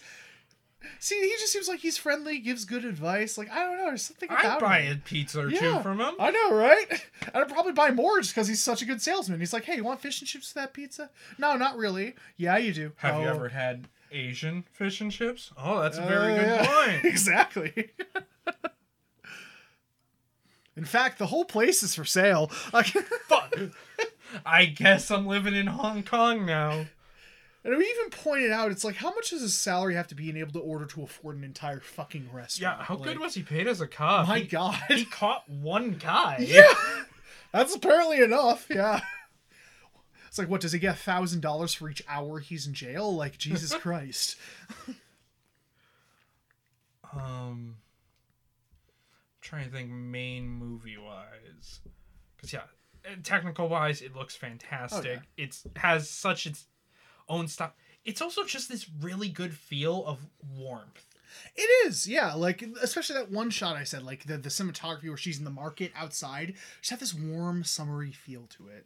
Speaker 2: see, he just seems like he's friendly, gives good advice. Like I don't know, there's something about
Speaker 1: i'd buy
Speaker 2: him.
Speaker 1: a pizza or two
Speaker 2: Yeah,
Speaker 1: from him
Speaker 2: I know, right? [LAUGHS] And I'd probably buy more just because he's such a good salesman. He's like, "Hey, you want fish and chips with that pizza?" No, not really. Yeah, you do.
Speaker 1: have you
Speaker 2: "Oh."
Speaker 1: ever had asian fish and chips oh that's a
Speaker 2: [LAUGHS]
Speaker 1: [LAUGHS]
Speaker 2: Uh,
Speaker 1: very good
Speaker 2: yeah.
Speaker 1: point
Speaker 2: exactly. In fact, the whole place is for sale. [LAUGHS] Like,
Speaker 1: Fuck. I guess I'm living in Hong Kong now.
Speaker 2: and we even pointed out, it's like, how much does his salary have to be enabled to order to afford an entire fucking restaurant?
Speaker 1: Yeah, how
Speaker 2: Like,
Speaker 1: good was he paid as a cop?
Speaker 2: My
Speaker 1: He-
Speaker 2: God.
Speaker 1: He caught one guy.
Speaker 2: yeah, that's apparently enough. Yeah. [LAUGHS] It's like, what does he get? Thousand dollars for each hour he's in jail?
Speaker 1: [LAUGHS]
Speaker 2: Like, Jesus Christ.
Speaker 1: Um, trying to think main movie wise, because yeah, technical wise, it looks fantastic.
Speaker 2: Oh,
Speaker 1: It's has such its own stuff. It's also just this really good feel of warmth.
Speaker 2: It is, yeah. Like especially that one shot I said, like the the cinematography where she's in the market outside, just had this warm, summery feel to it.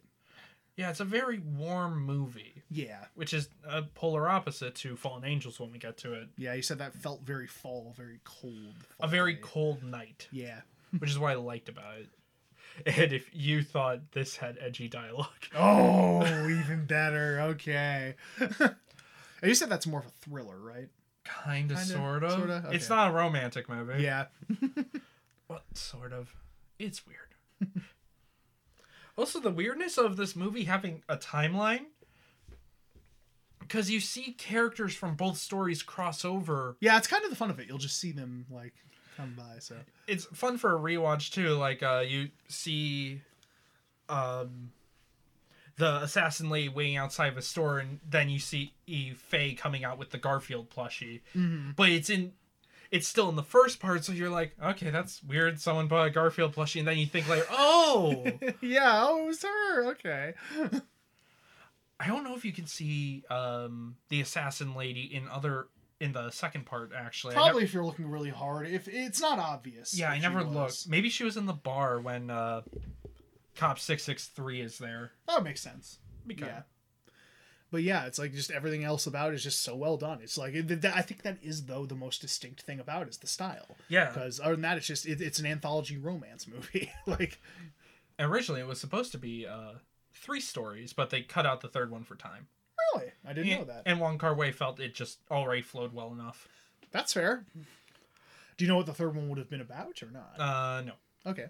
Speaker 1: Yeah, it's a very warm movie,
Speaker 2: Yeah,
Speaker 1: which is a polar opposite to Fallen Angels when we get to it.
Speaker 2: yeah. You said that felt very fall, very cold.
Speaker 1: A
Speaker 2: fall
Speaker 1: very
Speaker 2: day.
Speaker 1: cold night,
Speaker 2: Yeah.
Speaker 1: which is what I liked about it. And if you thought this had edgy dialogue, [LAUGHS]
Speaker 2: Oh, [LAUGHS] even better. Okay. [LAUGHS] and you said that's more of a thriller, right?
Speaker 1: kind of, sort of.
Speaker 2: sorta,
Speaker 1: It's
Speaker 2: okay.
Speaker 1: not a romantic movie.
Speaker 2: Yeah.
Speaker 1: Well, sort of. It's weird. [LAUGHS] also, the weirdness of this movie having a timeline. Because you see characters from both stories cross over.
Speaker 2: Yeah, it's kind of the fun of it. You'll just see them like come by. So
Speaker 1: It's fun for a rewatch, too. Like, uh, you see um, the assassin lady waiting outside of a store, and then you see E. Faye coming out with the Garfield plushie.
Speaker 2: Mm-hmm.
Speaker 1: But it's in. It's still in the first part, so you're like, okay, that's weird. Someone bought a Garfield plushie, and then you think later, oh,
Speaker 2: yeah, oh, it was her. Okay.
Speaker 1: I don't know if you can see um, the assassin lady in other in the second part. Actually, I
Speaker 2: Probably
Speaker 1: never-
Speaker 2: if you're looking really hard. If it's not obvious.
Speaker 1: yeah, I
Speaker 2: if she
Speaker 1: never
Speaker 2: was.
Speaker 1: looked. Maybe she was in the bar when uh, Cop Six Six Three is there.
Speaker 2: That would make sense.
Speaker 1: Because
Speaker 2: Yeah. But yeah, it's like just everything else about it is just so well done. It's like it, that, I think that is though the most distinct thing about it is the style.
Speaker 1: yeah.
Speaker 2: Because other than that, it's just it, it's an anthology romance movie. [LAUGHS] like
Speaker 1: originally it was supposed to be uh, three stories, but they cut out the third one for time.
Speaker 2: really, I didn't know
Speaker 1: And-
Speaker 2: that.
Speaker 1: And Wong Kar Wai felt it just already flowed well enough.
Speaker 2: That's fair. Do you know what the third one would have been about or not?
Speaker 1: Uh, no.
Speaker 2: okay.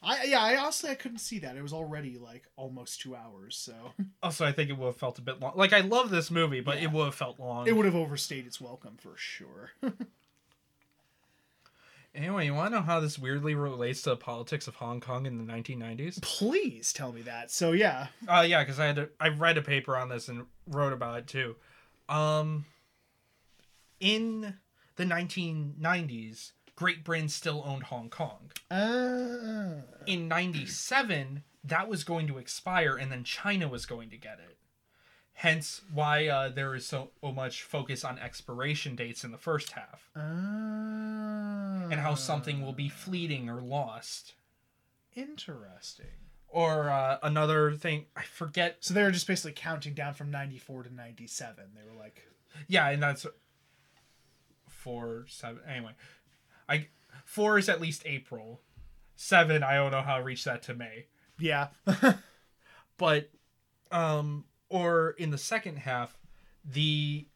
Speaker 2: I yeah, I honestly I couldn't see that. It was already like almost two hours, so [LAUGHS]
Speaker 1: Also, I think it would have felt a bit long. Like I love this movie, but
Speaker 2: Yeah.
Speaker 1: it would have felt long.
Speaker 2: it would have overstayed its welcome for sure.
Speaker 1: Anyway, you want to know how this weirdly relates to the politics of Hong Kong in the 1990s?
Speaker 2: Please tell me that. So yeah,
Speaker 1: Uh, yeah, because I had to, I read a paper on this and wrote about it too. Um, in the 1990s, Great Britain still owned Hong Kong.
Speaker 2: uh,
Speaker 1: In 97, that was going to expire, and then China was going to get it. Hence, why uh, there is so much focus on expiration dates in the first half,
Speaker 2: uh,
Speaker 1: and how something will be fleeting or lost.
Speaker 2: Interesting.
Speaker 1: Or uh, another thing, I forget
Speaker 2: So they were just basically counting down from 94 to 97. They were like,
Speaker 1: Yeah, and that's four, seven. Anyway, I four is at least April. Seven, I don't know how I reached that to May,
Speaker 2: yeah.
Speaker 1: but um, or in the second half, the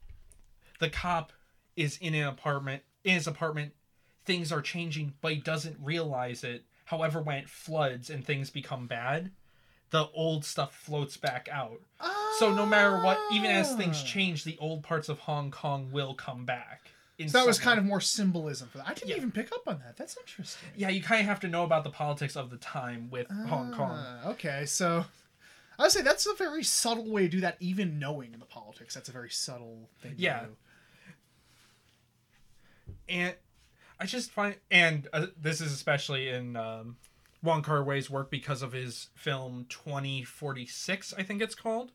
Speaker 1: the cop is in an apartment. In his apartment, things are changing, but he doesn't realize it. However, when it floods and things become bad, the old stuff floats back out. So no matter what, even as things
Speaker 2: Ah.
Speaker 1: change, the old parts of Hong Kong will come back. in
Speaker 2: Ah! So that was
Speaker 1: some
Speaker 2: kind
Speaker 1: way.
Speaker 2: of more symbolism for that. I didn't
Speaker 1: Yeah.
Speaker 2: even pick up on that. That's interesting.
Speaker 1: yeah. You kind of have to know about the politics of the time with Hong Kong.
Speaker 2: Ah, Okay, so I would say that's a very subtle way to do that, even knowing the politics. That's a very subtle thing to
Speaker 1: Yeah.
Speaker 2: do.
Speaker 1: And I just find, and uh, this is especially in um, Wong Kar Wai's work because of his film Twenty Forty Six, I think it's called,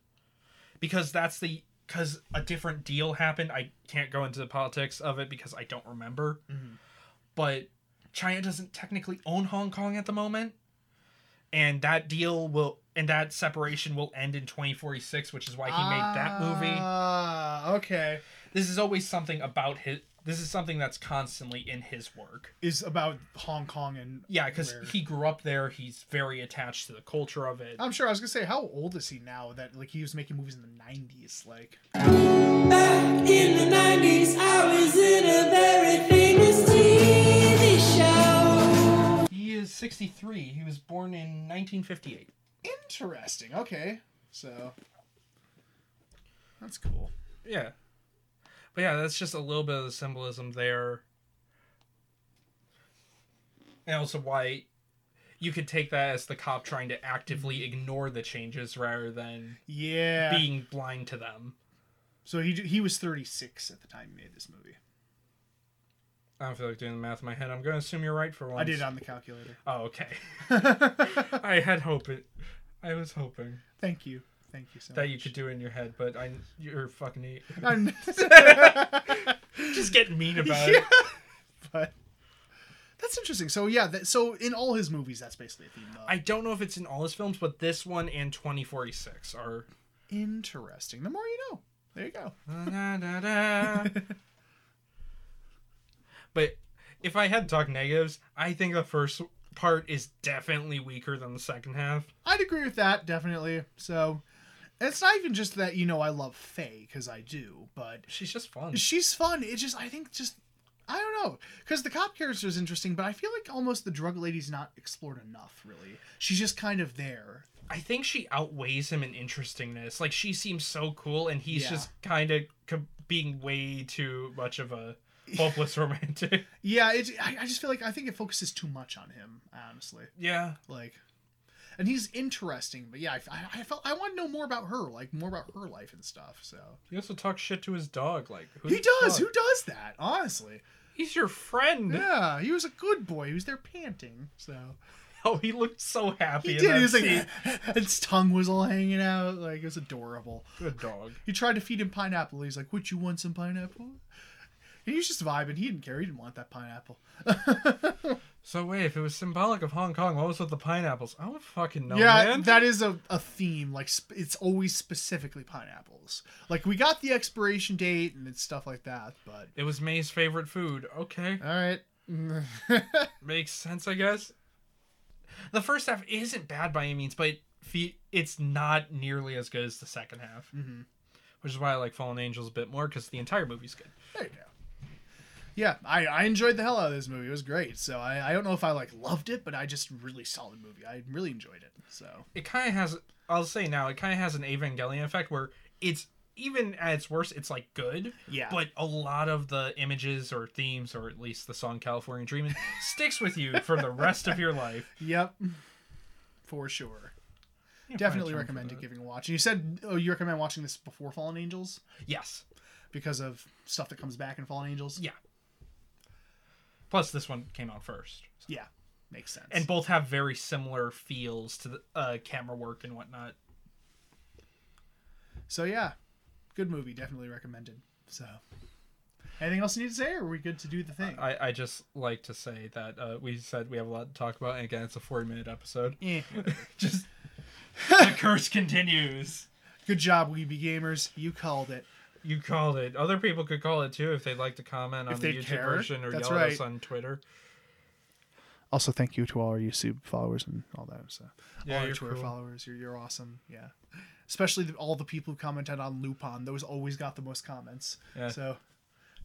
Speaker 1: because that's the because a different deal happened. I can't go into the politics of it because I don't remember, but China doesn't technically own Hong Kong at the moment. and that deal will and that separation will end in 2046 which is why he made that movie
Speaker 2: Ah, okay.
Speaker 1: this is always something about his this is something that's constantly in his work
Speaker 2: Is about Hong Kong and.
Speaker 1: yeah because
Speaker 2: where-
Speaker 1: he grew up there he's very attached to the culture of it
Speaker 2: I'm sure I was going to say, how old is he now that like he was making movies in the 90s? Like.
Speaker 4: Back in the 90s, I was in a very famous TV show.
Speaker 1: he is 63. He was born in 1958.
Speaker 2: Interesting. Okay. So that's cool.
Speaker 1: Yeah. But yeah, that's just a little bit of the symbolism there. And also why you could take that as the cop trying to actively ignore the changes rather than
Speaker 2: Yeah.
Speaker 1: being blind to them.
Speaker 2: So he he was 36 at the time he made this movie.
Speaker 1: I don't feel like doing the math in my head. I'm going to assume you're right for once.
Speaker 2: I did it on the calculator. [LAUGHS]
Speaker 1: Oh, okay. [LAUGHS] I had hope it. I was hoping
Speaker 2: Thank you. Thank you so
Speaker 1: that
Speaker 2: much.
Speaker 1: you could do it in your head, but I you're fucking e-
Speaker 2: [LAUGHS] I'm-
Speaker 1: [LAUGHS] just get mean about it.
Speaker 2: yeah. But that's interesting. So yeah, that, so in all his movies, that's basically a theme. Though.
Speaker 1: I don't know if it's in all his films, but this one and 2046 are.
Speaker 2: interesting. The more you know. There you go.
Speaker 1: [LAUGHS] but if I had to talk negatives, I think the first part is definitely weaker than the second half.
Speaker 2: I'd agree with that definitely. So it's not even just that you know I love Faye because I do, but
Speaker 1: She's just fun.
Speaker 2: she's fun. It just I think just I don't know because the cop character is interesting, but I feel like almost the drug lady's not explored enough. Really, she's just kind of there.
Speaker 1: I think she outweighs him in interestingness. Like she seems so cool, and he's
Speaker 2: Yeah.
Speaker 1: just kind of co- being way too much of [LAUGHS] a hopeless romantic.
Speaker 2: Yeah, it, I, I just feel like I think it focuses too much on him, honestly.
Speaker 1: Yeah,
Speaker 2: Like, and he's interesting, but yeah, I, I, I felt I want to know more about her, like more about her life and stuff. So
Speaker 1: he also talks shit to his dog. Like who
Speaker 2: he
Speaker 1: the
Speaker 2: does.
Speaker 1: fuck?
Speaker 2: Who does that? Honestly,
Speaker 1: He's your friend.
Speaker 2: yeah, he was a good boy. He was there panting. So
Speaker 1: [LAUGHS] Oh, he looked so happy.
Speaker 2: he
Speaker 1: in
Speaker 2: did.
Speaker 1: that
Speaker 2: He was
Speaker 1: scene.
Speaker 2: like, [LAUGHS] his tongue was all hanging out. Like it was adorable.
Speaker 1: good dog.
Speaker 2: He tried to feed him pineapple. He's like, "Would you want some pineapple?" And he was just vibing. He didn't care. He didn't want that pineapple.
Speaker 1: So wait, if it was symbolic of Hong Kong, what was with the pineapples? I don't fucking know,
Speaker 2: [LAUGHS] yeah,
Speaker 1: man.
Speaker 2: that is a, a theme. Like sp- it's always specifically pineapples. Like we got the expiration date and it's stuff like that. But
Speaker 1: It was May's favorite food. Okay,
Speaker 2: all right, [LAUGHS]
Speaker 1: makes sense, I guess. The first half isn't bad by any means, but fe- it's not nearly as good as the second half, mm-hmm. which is why I like Fallen Angels a bit more because the entire movie's good.
Speaker 2: there you go. Yeah, I, I enjoyed the hell out of this movie. It was great. So I, I don't know if I like loved it, but I just really solid movie. I really enjoyed it. So
Speaker 1: It kind of has, I'll say now, it kind of has an Evangelion effect where it's even at its worst, it's like good.
Speaker 2: Yeah.
Speaker 1: But a lot of the images or themes, or at least the song "California
Speaker 2: [LAUGHS]
Speaker 1: Dreamin'," sticks with you for the rest of your life.
Speaker 2: yep, for sure.
Speaker 1: You can find a term
Speaker 2: Definitely
Speaker 1: for
Speaker 2: recommend
Speaker 1: that.
Speaker 2: giving a watch. And you said oh you recommend watching this before Fallen Angels
Speaker 1: Yes.
Speaker 2: because of stuff that comes back in Fallen Angels.
Speaker 1: Yeah. Plus, this one came out first,
Speaker 2: Yeah, makes sense.
Speaker 1: and both have very similar feels to the uh, camera work and whatnot.
Speaker 2: So yeah, good movie, definitely recommended. So, anything else you need to say, or are we good to do the thing?
Speaker 1: I, I just like to say that uh, we said we have a lot to talk about, and again, it's a forty-minute
Speaker 2: [LAUGHS]
Speaker 1: episode.
Speaker 2: Eh.
Speaker 1: just the curse continues.
Speaker 2: good job, Weeby Gamers. You called it.
Speaker 1: You called it. Other people could call it too if they'd like to comment on the
Speaker 2: they
Speaker 1: YouTube
Speaker 2: care,
Speaker 1: version or
Speaker 2: that's
Speaker 1: yell at us
Speaker 2: right.
Speaker 1: on Twitter.
Speaker 2: Also, thank you to all our YouTube followers and all that. So,
Speaker 1: Yeah,
Speaker 2: all our
Speaker 1: you're
Speaker 2: Twitter
Speaker 1: cool.
Speaker 2: followers, you're you're awesome. Yeah, especially the, all the people who commented on Lupin. Those always got the most comments.
Speaker 1: Yeah.
Speaker 2: So,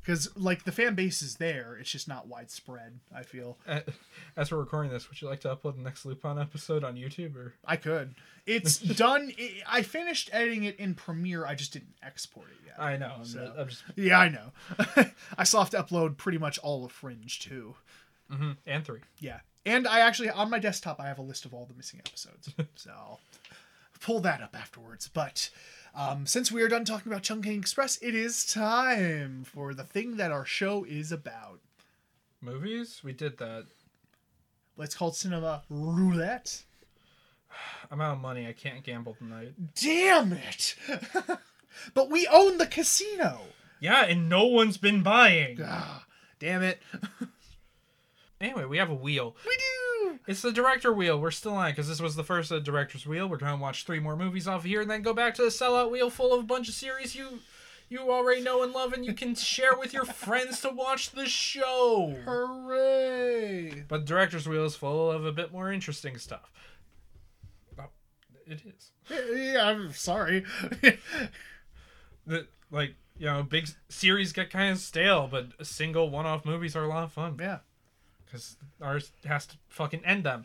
Speaker 2: because like the fan base is there, it's just not widespread. I feel
Speaker 1: Uh, As we're recording this, would you like to upload the next Lupin episode on YouTube or?
Speaker 2: I could.
Speaker 1: [LAUGHS]
Speaker 2: It's done. I I finished editing it in Premiere. I just didn't export it yet.
Speaker 1: I know. I'm,
Speaker 2: So-
Speaker 1: I'm just
Speaker 2: Yeah, I know. [LAUGHS] I still have to upload pretty much all of Fringe too.
Speaker 1: and three.
Speaker 2: Yeah, and I actually on my desktop I have a list of all the missing episodes, so I'll pull that up afterwards. But um, since we are done talking about Chungking Express, it is time for the thing that our show is about.
Speaker 1: movies we did that
Speaker 2: Let's call it Cinema Roulette.
Speaker 1: i'm out of money i can't gamble tonight
Speaker 2: Mm. Damn it! [LAUGHS] but we own the casino.
Speaker 1: yeah and no one's been buying
Speaker 2: Ah, damn it! [LAUGHS]
Speaker 1: anyway we have a wheel
Speaker 2: We do.
Speaker 1: it's the director wheel we're still on because this was the first of the director's wheel we're gonna watch three more movies off of here and then go back to the sellout wheel full of a bunch of series you you already know and love and you can share with your friends to watch the show
Speaker 2: Hooray!
Speaker 1: but director's wheel is full of a bit more interesting stuff Oh, it is
Speaker 2: Yeah, I'm sorry. [LAUGHS]
Speaker 1: the, like you know big s- series get kind of stale but single one-off movies are a lot of fun
Speaker 2: Yeah.
Speaker 1: because ours has to fucking end them.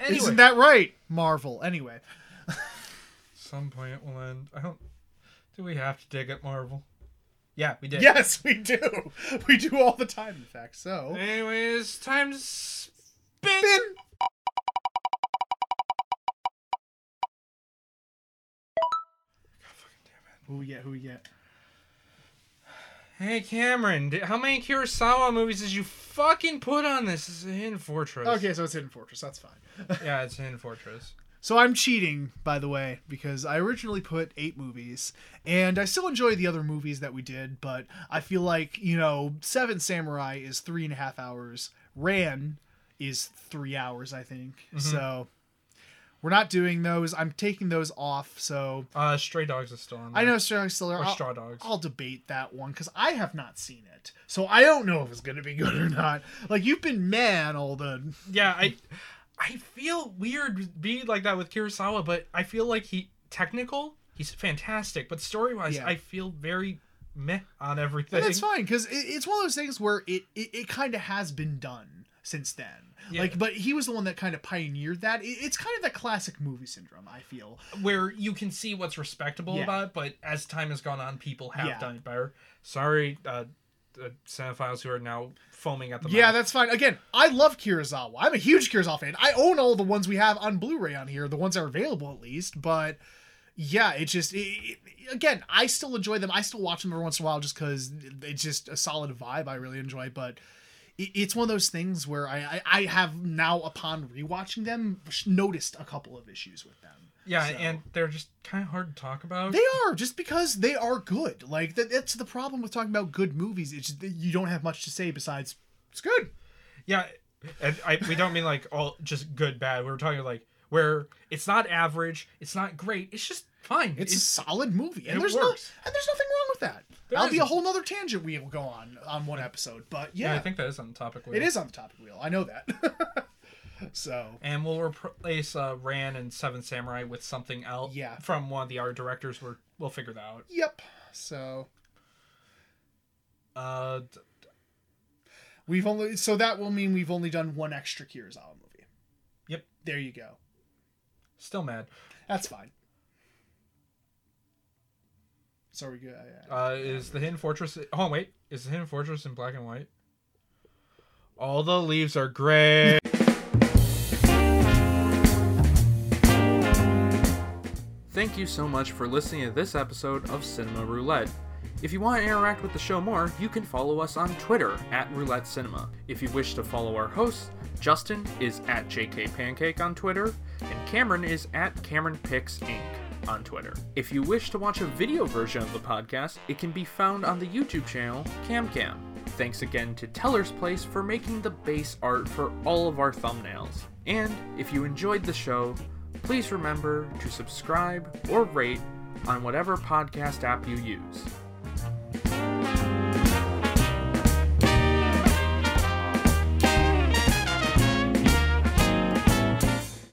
Speaker 1: Anyway,
Speaker 2: Isn't that right, Marvel? Anyway,
Speaker 1: some point will end. I don't. Do we have to dig at Marvel? Yeah, we did.
Speaker 2: yes, we do. We do all the time, in fact. So
Speaker 1: Anyways, time to spin.
Speaker 2: who we get? Who we get?
Speaker 1: Hey Cameron, di- how many Kurosawa movies did you fucking put on this? This is a Hidden Fortress.
Speaker 2: Okay, so it's Hidden Fortress. That's fine. [LAUGHS]
Speaker 1: Yeah, it's Hidden Fortress.
Speaker 2: so I'm cheating, by the way, because I originally put eight movies, and I still enjoy the other movies that we did, but I feel like you know, Seven Samurai is three and a half hours. Ran is three hours, I think. So we're not doing those. I'm taking those off. So
Speaker 1: Uh, Stray Dogs is still on. There.
Speaker 2: I know Sterling Stiller.
Speaker 1: Or
Speaker 2: I'll,
Speaker 1: Straw Dogs.
Speaker 2: I'll debate that one because I have not seen it, so I don't know if it's gonna be good or not. Like you've been mad all the.
Speaker 1: Yeah, I, I feel weird being like that with Kurosawa, but I feel like he technical. He's fantastic, but story wise,
Speaker 2: Yeah.
Speaker 1: I feel very meh on everything.
Speaker 2: But that's fine because it, it's one of those things where it it, it kind of has been done since then.
Speaker 1: Yeah.
Speaker 2: Like, but he was the one that kind of pioneered that. It, it's kind of the classic movie syndrome. I feel.
Speaker 1: Where you can see what's respectable
Speaker 2: Yeah.
Speaker 1: about it, but as time has gone on, people have
Speaker 2: Yeah.
Speaker 1: done it better. Sorry, uh, uh, cinephiles who are now foaming at the
Speaker 2: Yeah,
Speaker 1: mouth.
Speaker 2: that's fine. Again, I love Kurosawa. I'm a huge Kurosawa fan. I own all the ones we have on Blu-ray on here, the ones that are available at least. But yeah, it just it, it- again, I still enjoy them. I still watch them every once in a while just because it's just a solid vibe. I really enjoy. But it, it's one of those things where I, I I have now upon rewatching them noticed a couple of issues with them.
Speaker 1: yeah,
Speaker 2: So-
Speaker 1: and they're just kind of hard to talk about.
Speaker 2: They are just because they are good. Like that, that's the problem with talking about good movies. It's just that you don't have much to say besides it's good.
Speaker 1: Yeah, and I, we don't mean like all just good bad. We're talking like where it's not average, it's not great, it's just fine.
Speaker 2: It's a solid movie, and
Speaker 1: it
Speaker 2: there's
Speaker 1: works.
Speaker 2: no and there's nothing wrong with that.
Speaker 1: There
Speaker 2: That'll be a
Speaker 1: isn't.
Speaker 2: whole nother tangent we will go on on one episode, but yeah,
Speaker 1: yeah, I think that is on topic.
Speaker 2: it is on the topic wheel. I know that. [LAUGHS] so
Speaker 1: And we'll replace uh, Ran and Seven Samurai with something else.
Speaker 2: Yeah.
Speaker 1: from one of the art directors. We're, we'll figure that out.
Speaker 2: yep. So
Speaker 1: Uh, d-
Speaker 2: we've only so that will mean we've only done one extra Kurosawa movie.
Speaker 1: Yep.
Speaker 2: There you go.
Speaker 1: still mad.
Speaker 2: That's fine. So are we good? I- I-
Speaker 1: Uh, is the Hidden Fortress? Oh wait, is the Hidden Fortress in black and white? All the leaves are gray. Thank you so much for listening to this episode of Cinema Roulette. If you want to interact with the show more, you can follow us on Twitter at Roulette Cinema. If you wish to follow our hosts, Justin is at JKPancake on Twitter, and Cameron is at CameronPicks Inc. on Twitter. If you wish to watch a video version of the podcast, it can be found on the YouTube channel CamCam. Thanks again to Teller's Place for making the base art for all of our thumbnails. And if you enjoyed the show, please remember to subscribe or rate on whatever podcast app you use.